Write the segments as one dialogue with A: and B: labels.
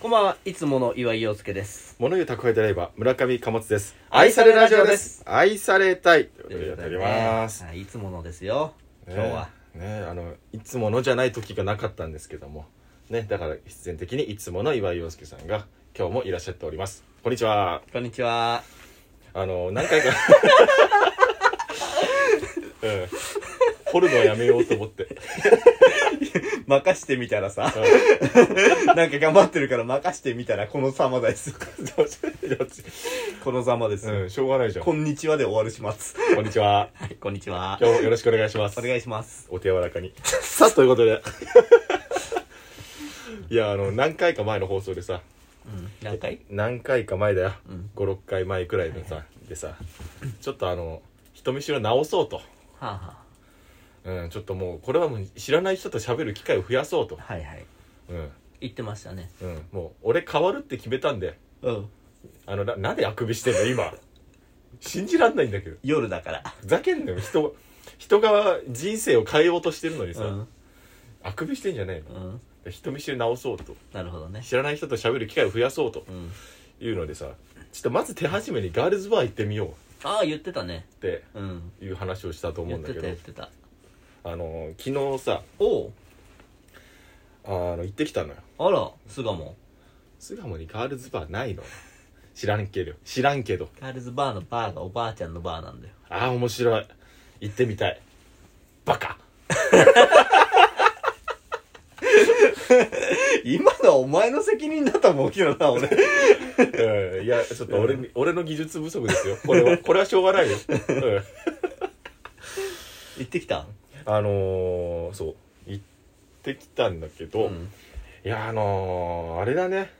A: こんばんは、いつもの岩井陽介です。
B: 物言う宅配ドライバー村上貨物です
A: 愛されラジオです
B: 愛されたいということでやっております、
A: はい、いつものですよ。今日は。
B: ねねあのいつものじゃない時がなかったんですけどもねだから必然的にいつもの岩井陽介さんが今日もいらっしゃっておりますこんにちは
A: こんにちは。
B: あの何回か うん掘るのはやめようと思って、
A: 任してみたらさ、
B: うん
A: なんか頑張ってるから任してみたらこの様です。この様です。
B: うん、しょうがないじゃん
A: こ
B: こ
A: んにちはで終わりします。
B: んにちは
A: はい、こんにちは。
B: 今日もよろしくお願いします
A: お願いします。
B: お手柔らかに さあということで いやあの何回か前の放送でさ
A: うん、何回
B: 何回か前だよ、
A: うん
B: 56回前くらいのさ、でさちょっとあの人見知りを直そうと、
A: はあ、は
B: うん、ちょっともうこれはもう知らない人と喋る機会を増やそうと
A: あ、、はいはい。
B: うん
A: 言ってましたね。
B: うん、もう俺変わるって決めたんで
A: うん。
B: あのななんであくびしてんの今信じらんないんだけど
A: 夜だから。
B: ふざけんなよ人人が人生を変えようとしてるのにさ、
A: うん。
B: あくびしてんじゃないの
A: うん。
B: 人見知り直そうと
A: なるほどね。
B: 知らない人と喋る機会を増やそうと
A: うん。
B: いうのでさちょっとまず手始めにガールズバー行ってみようっ
A: ああ、言ってたね。
B: て
A: うん。
B: いう話をしたと思
A: 言
B: う
A: っ
B: ん
A: て
B: だけ
A: た
B: ど
A: 言ってた。
B: あの昨日さ
A: おう。
B: あの行ってきたのよ
A: あら、巣鴨。
B: 巣鴨にガールズバーないの知らんけど知らんけど
A: ガールズバーのバーがおばあちゃんのバーなんだよ。
B: ああ面白い行ってみたいバカ
A: 今のはお前の責任だと思うけどな、俺。
B: うんいやちょっと俺に、俺の技術不足ですよこれはこれはしょうがないよ、うん
A: 行ってきた。
B: あのー、そう行ってきたんだけど、
A: ん。
B: いやあのー、あれだね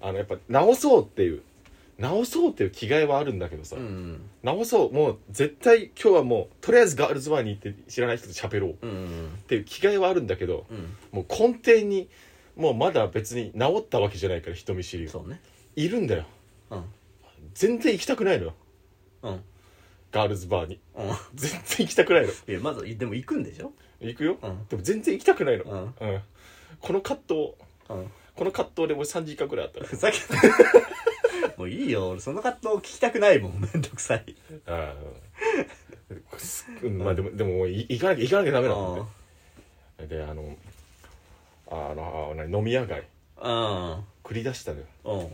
B: あのやっぱ直そうっていう直そうっていう気概はあるんだけどさ、
A: うん。
B: 直そうもう絶対今日はもうとりあえずガールズバーに行って知らない人と喋ろうっ
A: うん。
B: ていう気概はあるんだけど
A: うん。
B: もう根底にもうまだ別に直ったわけじゃないから人見知りが
A: そうね。
B: いるんだよ
A: うん。
B: 全然行きたくないのよ
A: うん。
B: ガールズバーに
A: うん。
B: 全然行きたくないの
A: いや、まず、でも行くんでしょ
B: 行くよ、
A: うん
B: でも全然行きたくないの、
A: うん。
B: うんこの葛藤
A: うん。
B: この葛藤で俺3時間くらいあった
A: ふざけて。 もういいよ、俺その葛藤聞きたくないもん、めんどくさい。
B: ああすうんまあでもでもい行かなきゃ行かなきゃダメだと思ってであのあのあ何飲み屋街
A: うん。
B: 繰り出したのよ
A: うん。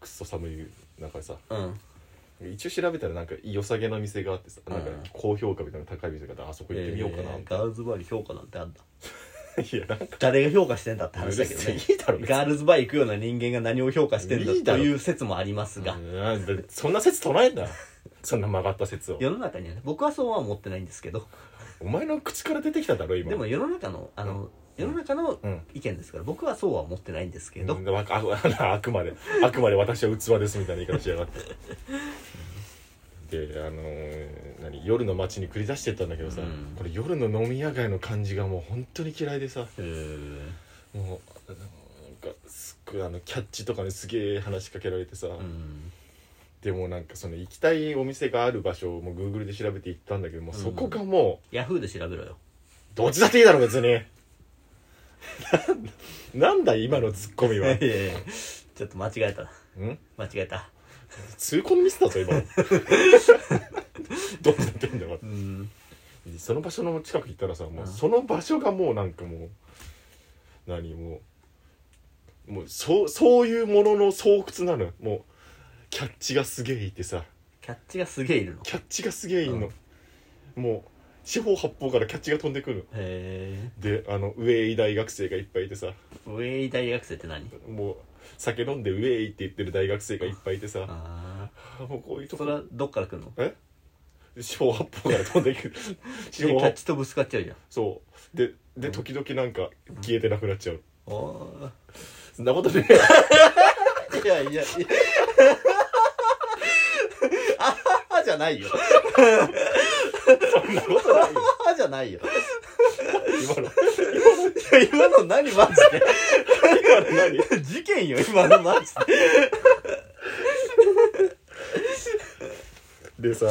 B: くっそ寒い中でさ
A: うん。
B: 一応調べたらなんか良さげな店があってさなんか
A: うん
B: 高評価みたいな高い店があってあそこ行ってみようかなみたい
A: ガールズバーに評価なんてあんだ。
B: ないやなんか
A: 誰が評価してんだって話だけど
B: う
A: ね
B: る。せえいいだろ別に
A: ガールズバー行くような人間が何を評価してんだ
B: いいだ
A: と
B: ろ
A: いう説もありますが、
B: うんなんでそんな説唱えんなそんな曲がった説を
A: 世の中にはね、僕はそうは思ってないんですけど、
B: お前の口から出てきただろ今
A: でも世の中の、あの、世の中の
B: うん
A: 意見ですから、僕はそうは思ってないんですけど、
B: うんわかああ くまであくまで私は器ですみたいな言い方しやがってであのー何夜の街に繰り出してったんだけどさ、
A: うん
B: これ夜の飲み屋街の感じがもう本当に嫌いでさ
A: うーん
B: もうあのなんかすっごいあのキャッチとかにすげえ話しかけられてさ、
A: うん
B: でもなんかその行きたいお店がある場所をもうグーグルで調べて行ったんだけどもうそこがも
A: ヤフーで調べろよ。
B: うどっちだっていいだろ別に なんなんだ今のツッコミ
A: い
B: は
A: やいやいや ちょっと間違えた。
B: ん
A: 間違えた。
B: 痛恨ミスだぞ今どうなってんだよ
A: うん。
B: その場所の近く行ったらさも
A: ああ
B: うその場所がもうなんかもう何もうもうそうそういうものの巣窟なのよもうキャッチがすげえいてさ
A: キャッチがすげえいるの。へ
B: キャッチがすげえいんの、もう四方八方からキャッチが飛んでくる
A: え。
B: のであの上医大学生がいっぱいいてさ
A: ウェイ大学生って何
B: もう酒飲んで上医って言ってる大学生がいっぱいいてさ
A: あ
B: あもうこういう
A: あ。
B: と
A: そ
B: こ
A: れはどっから来るの
B: え四方八方から飛んで くる
A: キ
B: 四
A: ャ
B: 方
A: ッ
B: 八
A: チとぶつかっちゃうじゃん。
B: そうでで時々なんか消えてなくなっちゃう
A: お
B: そんなことねえよ
A: ーいやいやいや。あはじゃないよ。
B: そんなことないよ
A: あはじゃないよ。
B: 今の
A: いや今の何マジ
B: 今の何
A: で事件よ、今のマジで。
B: でさ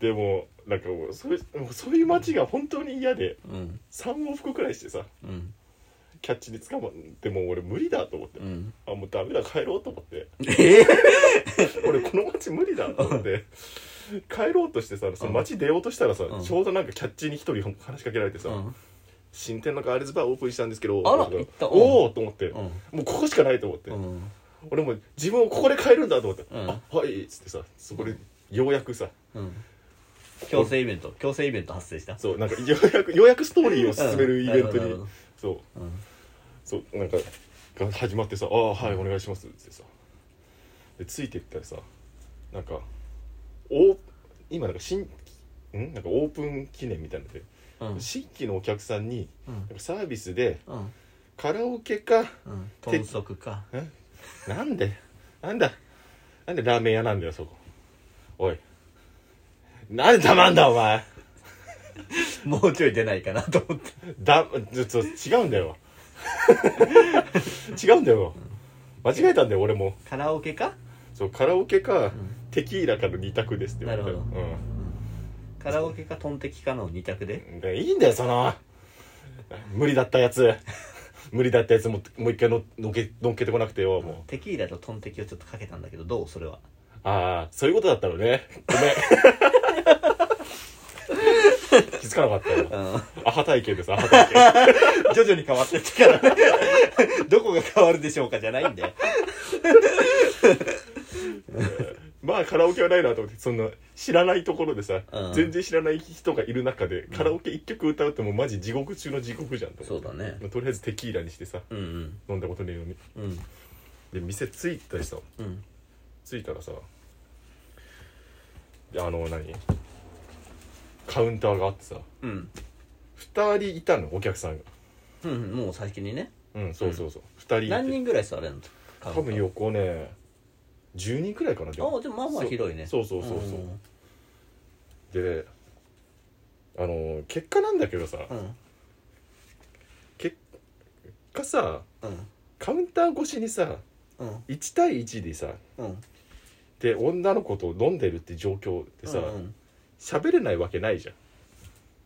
B: でもなんかもうそういうもうそういう街が本当に嫌で
A: うん。
B: 3往復くらいしてさ
A: うん。
B: キャッチに捕まってもう俺無理だと思って、
A: うん
B: あもうダメだ帰ろうと思って
A: ええ
B: 俺この街無理だと思 って帰ろうとしてさその街出ようとしたらさ、
A: うん
B: ちょうどなんかキャッチに一人話しかけられてさ、
A: うん
B: 新店のガールズバーオープンしたんですけど
A: あら
B: とか
A: 行ったうん
B: おおと思って、
A: う
B: も
A: ん
B: うここしかないと思って、
A: うん
B: 俺もう自分をここで変えるんだと思って「
A: うん
B: あはい」っつってさそこでようやくさ
A: うん強制イベント強制イベント発生した
B: そうなんかようやくよ うやくストーリーを進めるイベント
A: うんなるほどなる
B: に
A: ほど
B: そう
A: うん
B: そうなんかが始まってさ「ああはいお願いします」っつってさでついてったらさなんかお今なんか新んなんかオープン記念みたいなので、
A: うん
B: 新規のお客さんに
A: うん
B: なんかサービスで
A: うん
B: カラオケか
A: うん豚足か
B: なんでなんだなんでラーメン屋なんだよそこおいなんで黙んだお前
A: もうちょい出ないかなと思って
B: だちょっと違うんだよ 違うんだよ間違えたんだよ俺も
A: カラオケか
B: そうカラオケか、
A: ん
B: テキーラかの二択ですって言われた
A: なるほどカラオケかトンテキかの二択で
B: うん、でいいんだよその無理だったやつ無理だったやつももう一回ののっけのっけてこなくてよも
A: テキーラとトンテキをちょっとかけたんだけどどうそれは
B: うああそういうことだったのねご めん気づかなかったよアハ体験ですアハ体験
A: 徐々に変わってってから ねどこが変わるでしょうかじゃないんだよ
B: まあカラオケはないなと思ってそんな知らないところでさ、
A: うん
B: 全然知らない人がいる中でカラオケ1曲歌うってもうマジ地獄中の地獄じゃんと思って
A: そうだね
B: まあとりあえずテキーラにしてさ
A: うん
B: 飲んだことねえように
A: うんうん
B: で店着いたりさ
A: うん
B: 着いたらさであの何カウンターがあってさ
A: うん
B: 2人いたのお客さんが
A: うんもう先にね
B: うんそうそうそう、二2人いて
A: 何人ぐらい座れんの多
B: 多分横ね10人くらいかなでも
A: ああでもまあまあ広いね
B: そうそうそうそうであの結果なんだけどさ、
A: うんうん
B: 結果さ
A: うん
B: カウンター越しにさ
A: うん
B: 1対1でさ
A: うん
B: で女の子と飲んでるって状況でさ
A: うん
B: 喋、れないわけないじ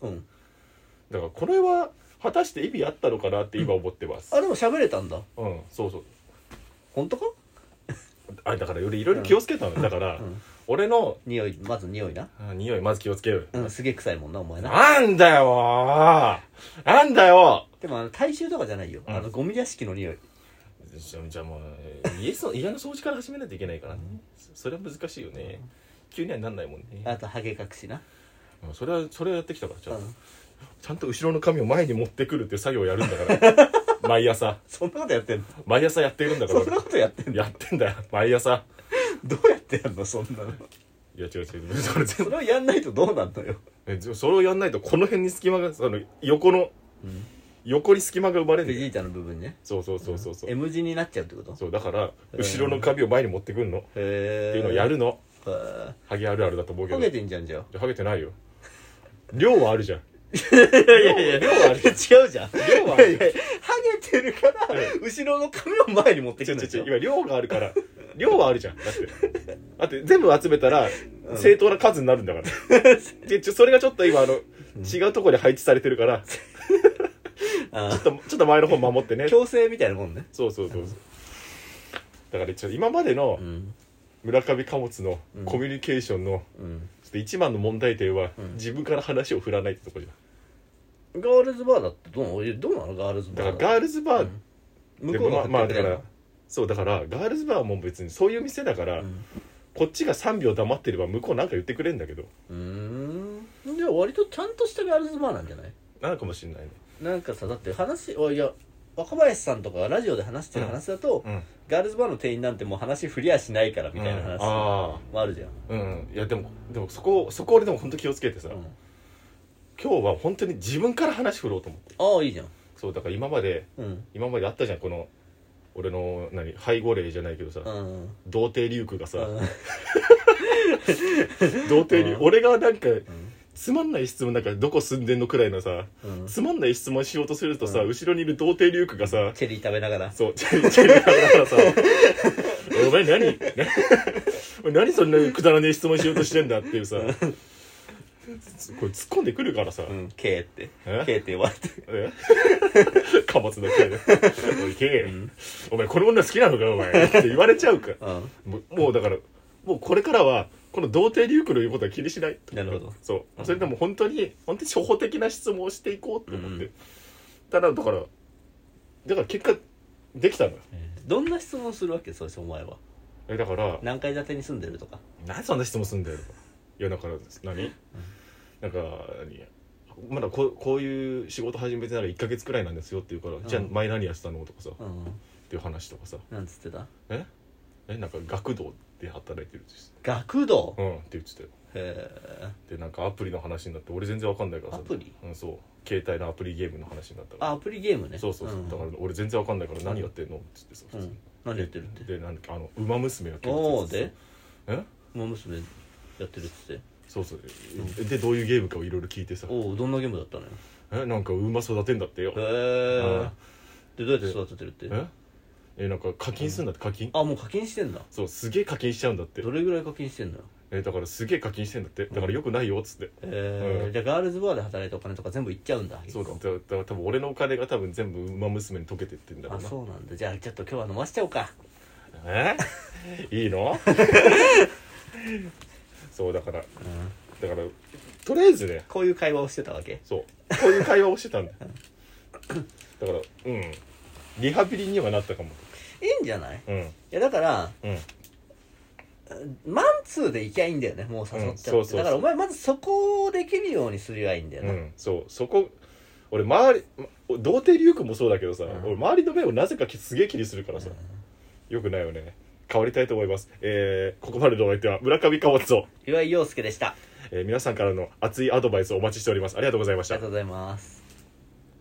B: ゃ
A: う
B: ん
A: ん
B: だからこれは果たして意味あったのかなって今思ってます
A: あでも喋れたんだ
B: うん、そうそう
A: 本当か
B: あれだから俺いろいろ気をつけたの、だから、
A: うん
B: 俺の
A: 匂いまず匂いな
B: あ匂いまず気をつける、
A: うんすげえ臭いもんなお前な
B: なんだよもうなんだよ
A: でもあの大衆とかじゃないよ
B: うん
A: あのゴミ屋敷の匂い
B: じゃあじゃあもうえー家そ家の掃除から始めないといけないからねそそれは難しいよね急にはなんないもんね
A: あとハゲ隠しな
B: うんそれはそれはやってきたからちゃんと
A: うん
B: ちゃんと後ろの髪を前に持ってくるっていう作業をやるんだから毎朝
A: そんなことやってんの
B: 毎朝やってるんだから
A: そんなことやってんの
B: やってんだよ毎朝
A: どうやってやんのそんなの
B: いや違う違うそれ
A: そ
B: 全
A: れをやんないとどうなんのよ
B: 部それをやんないとこの辺に隙間がその横の
A: うん
B: 横に隙間が生まれる
A: ベジ
B: んだよ
A: ータの部分ね
B: そうそうそうそうそう
A: M 字になっちゃうってこと
B: そうだから
A: えー
B: 後ろの髪を前に持ってくるのっ
A: へえ
B: ていうのをやるの
A: は
B: ハゲあるあるだと思うけ
A: ハ
B: ど
A: ゲてんじゃんじゃあ
B: いやハゲてないよ量はあるじゃん
A: いやいやいや
B: 量はある
A: 違うじゃん
B: 量はあ
A: いやい
B: る
A: やハゲてるから
B: う
A: 後ろの髪を前に持って
B: ち
A: くるん
B: ょちょ
A: で
B: ち
A: し
B: ょ
A: ょ
B: 今量があるから量はあるじゃんだってだって全部集めたら
A: うん
B: 正当な数になるんだからでちょそれがちょっと今あの違うところに配置されてるからち
A: あ
B: ょっとちょっと前の方守ってね
A: ー
B: そう
A: 強制みたいなもんね
B: そうそうそうだからちょっと今までの
A: うん
B: 村上貨物の
A: うん
B: コミュニケーションの
A: うん
B: ちょっと一番の問題点は
A: うん
B: 自分から話を振らないってとこじゃ
A: ガールズバーだってどうなのどうなのガールズ
B: ん
A: バ
B: だ
A: ー
B: からガールズバー
A: 向
B: で
A: こう
B: も
A: が
B: まあまあ
A: 買って
B: だ
A: く
B: か
A: れんの
B: らそうだからガールズバーも別にそういう店だから
A: うん
B: こっちが3秒黙ってれば向こうなんか言ってくれんだけど
A: うーんじゃあ割とちゃんとしたガールズバーなんじゃない
B: なのかもしんないね
A: なんかさだって話あいや若林さんとかがラジオで話してる話だと、
B: うん
A: ガールズバーの店員なんてもう話振りゃしないからみたいな話
B: うん
A: も
B: あ
A: あるじゃん、
B: あうんいやでもでもそこそこ俺でも本当気をつけてさ、
A: うん
B: 今日は本当に自分から話振ろうと思って
A: ああいいじゃん
B: そうだから今まで
A: うん
B: 今まであったじゃんこの俺の何背後霊じゃないけどさ、
A: うん
B: 童貞リュウクがさ、
A: うん
B: 童貞リュウ
A: うん
B: 俺がなんかつまんない質問なんかどこ住んでんのくらいのさ
A: うん
B: つまんない質問しようとするとさ、
A: うん
B: 後ろにいる童貞リュウクがさ
A: チェリー食べながら
B: そうチェリチェリ食べながらさ「お前何何そんなくだらねえ質問しようとしてんだ」っていうさつこれ突っ込んでくるからさ、
A: うん、K って
B: え
A: K って呼ばれてる
B: えかばつだけで「おいけ、お前この女好きなのかお前」って言われちゃうから
A: うん
B: もうもうだからもうこれからはこの童貞リュウクの言うことは気にしない
A: なるほど
B: そうそれでも本当に本当に初歩的な質問をしていこうと思って、ただだからだから結果できたのよ
A: どんな質問するわけそれお前は
B: えだから
A: 何階建てに住んでるとか
B: 何そんな質問すんだよいやだから何なんか何まだこうこういう仕事始めてなら1か月くらいなんですよって言うから、
A: ん
B: じゃあ前何やってたのとかさ、っ
A: うん
B: ていう話とかさ
A: なんつってた
B: ええなんか学童で働いてるって
A: 学童
B: 言ってうんって言ってたよ
A: へ
B: でなんかアプリの話になって俺全然わかんないからさ
A: アプリ
B: うんそう携帯のアプリゲームの話になったから
A: あアプリゲームね
B: そうそうそう、
A: ん
B: だから俺全然わかんないから何やってんのって言ってさ、
A: うん何やってるって
B: でなんかあの「ウマ娘」を聞
A: おお
B: て
A: で
B: え
A: 馬娘やってるっつって
B: そうそう、でどういうゲームかをいろいろ聞いてさ
A: おおどんなゲームだったのよ
B: えなんか馬育てんだってよ
A: へ
B: うん
A: えでどうやって育ててるって
B: ええなんか課金するんだって課金
A: あもう課金してんだ
B: そうすげえ課金しちゃうんだって
A: どれぐらい課金してんのよ
B: えだからすげえ課金してんだってだからよくないよっつって
A: え
B: う
A: ー、じゃあガールズバーで働いたお金とか全部いっちゃうんだ
B: そうだだだから多分俺のお金が多分全部馬娘に溶けてってんだろ
A: あ
B: うな
A: そうなんだじゃあちょっと今日は飲ましちゃおうか
B: えいいのそうだから
A: うん
B: だからとりあえずね
A: こういう会話をしてたわけ
B: そうこういう会話をしてたんだよだからうんリハビリにはなったかも
A: いいんじゃないい
B: うん
A: やだから
B: うん
A: マンツーでいきゃいいんだよねもう誘っちゃ
B: うん
A: って、
B: そうそうそう
A: だからお前まずそこをできるようにすりゃいいんだよ
B: う
A: な、
B: ん、そうそこ俺周りま童貞リュウ君もそうだけどさ、
A: うん
B: 俺周りの目をなぜかきすげえ気にするからさ、
A: う
B: よくないよね変わりたいと思いますえー、ここまでのお相手は村上貨物と、
A: ん、岩井陽介でしたあ
B: えー皆さんからの熱いアドバイスをお待ちしておりますありがとうございまし
A: り
B: た
A: がとうございます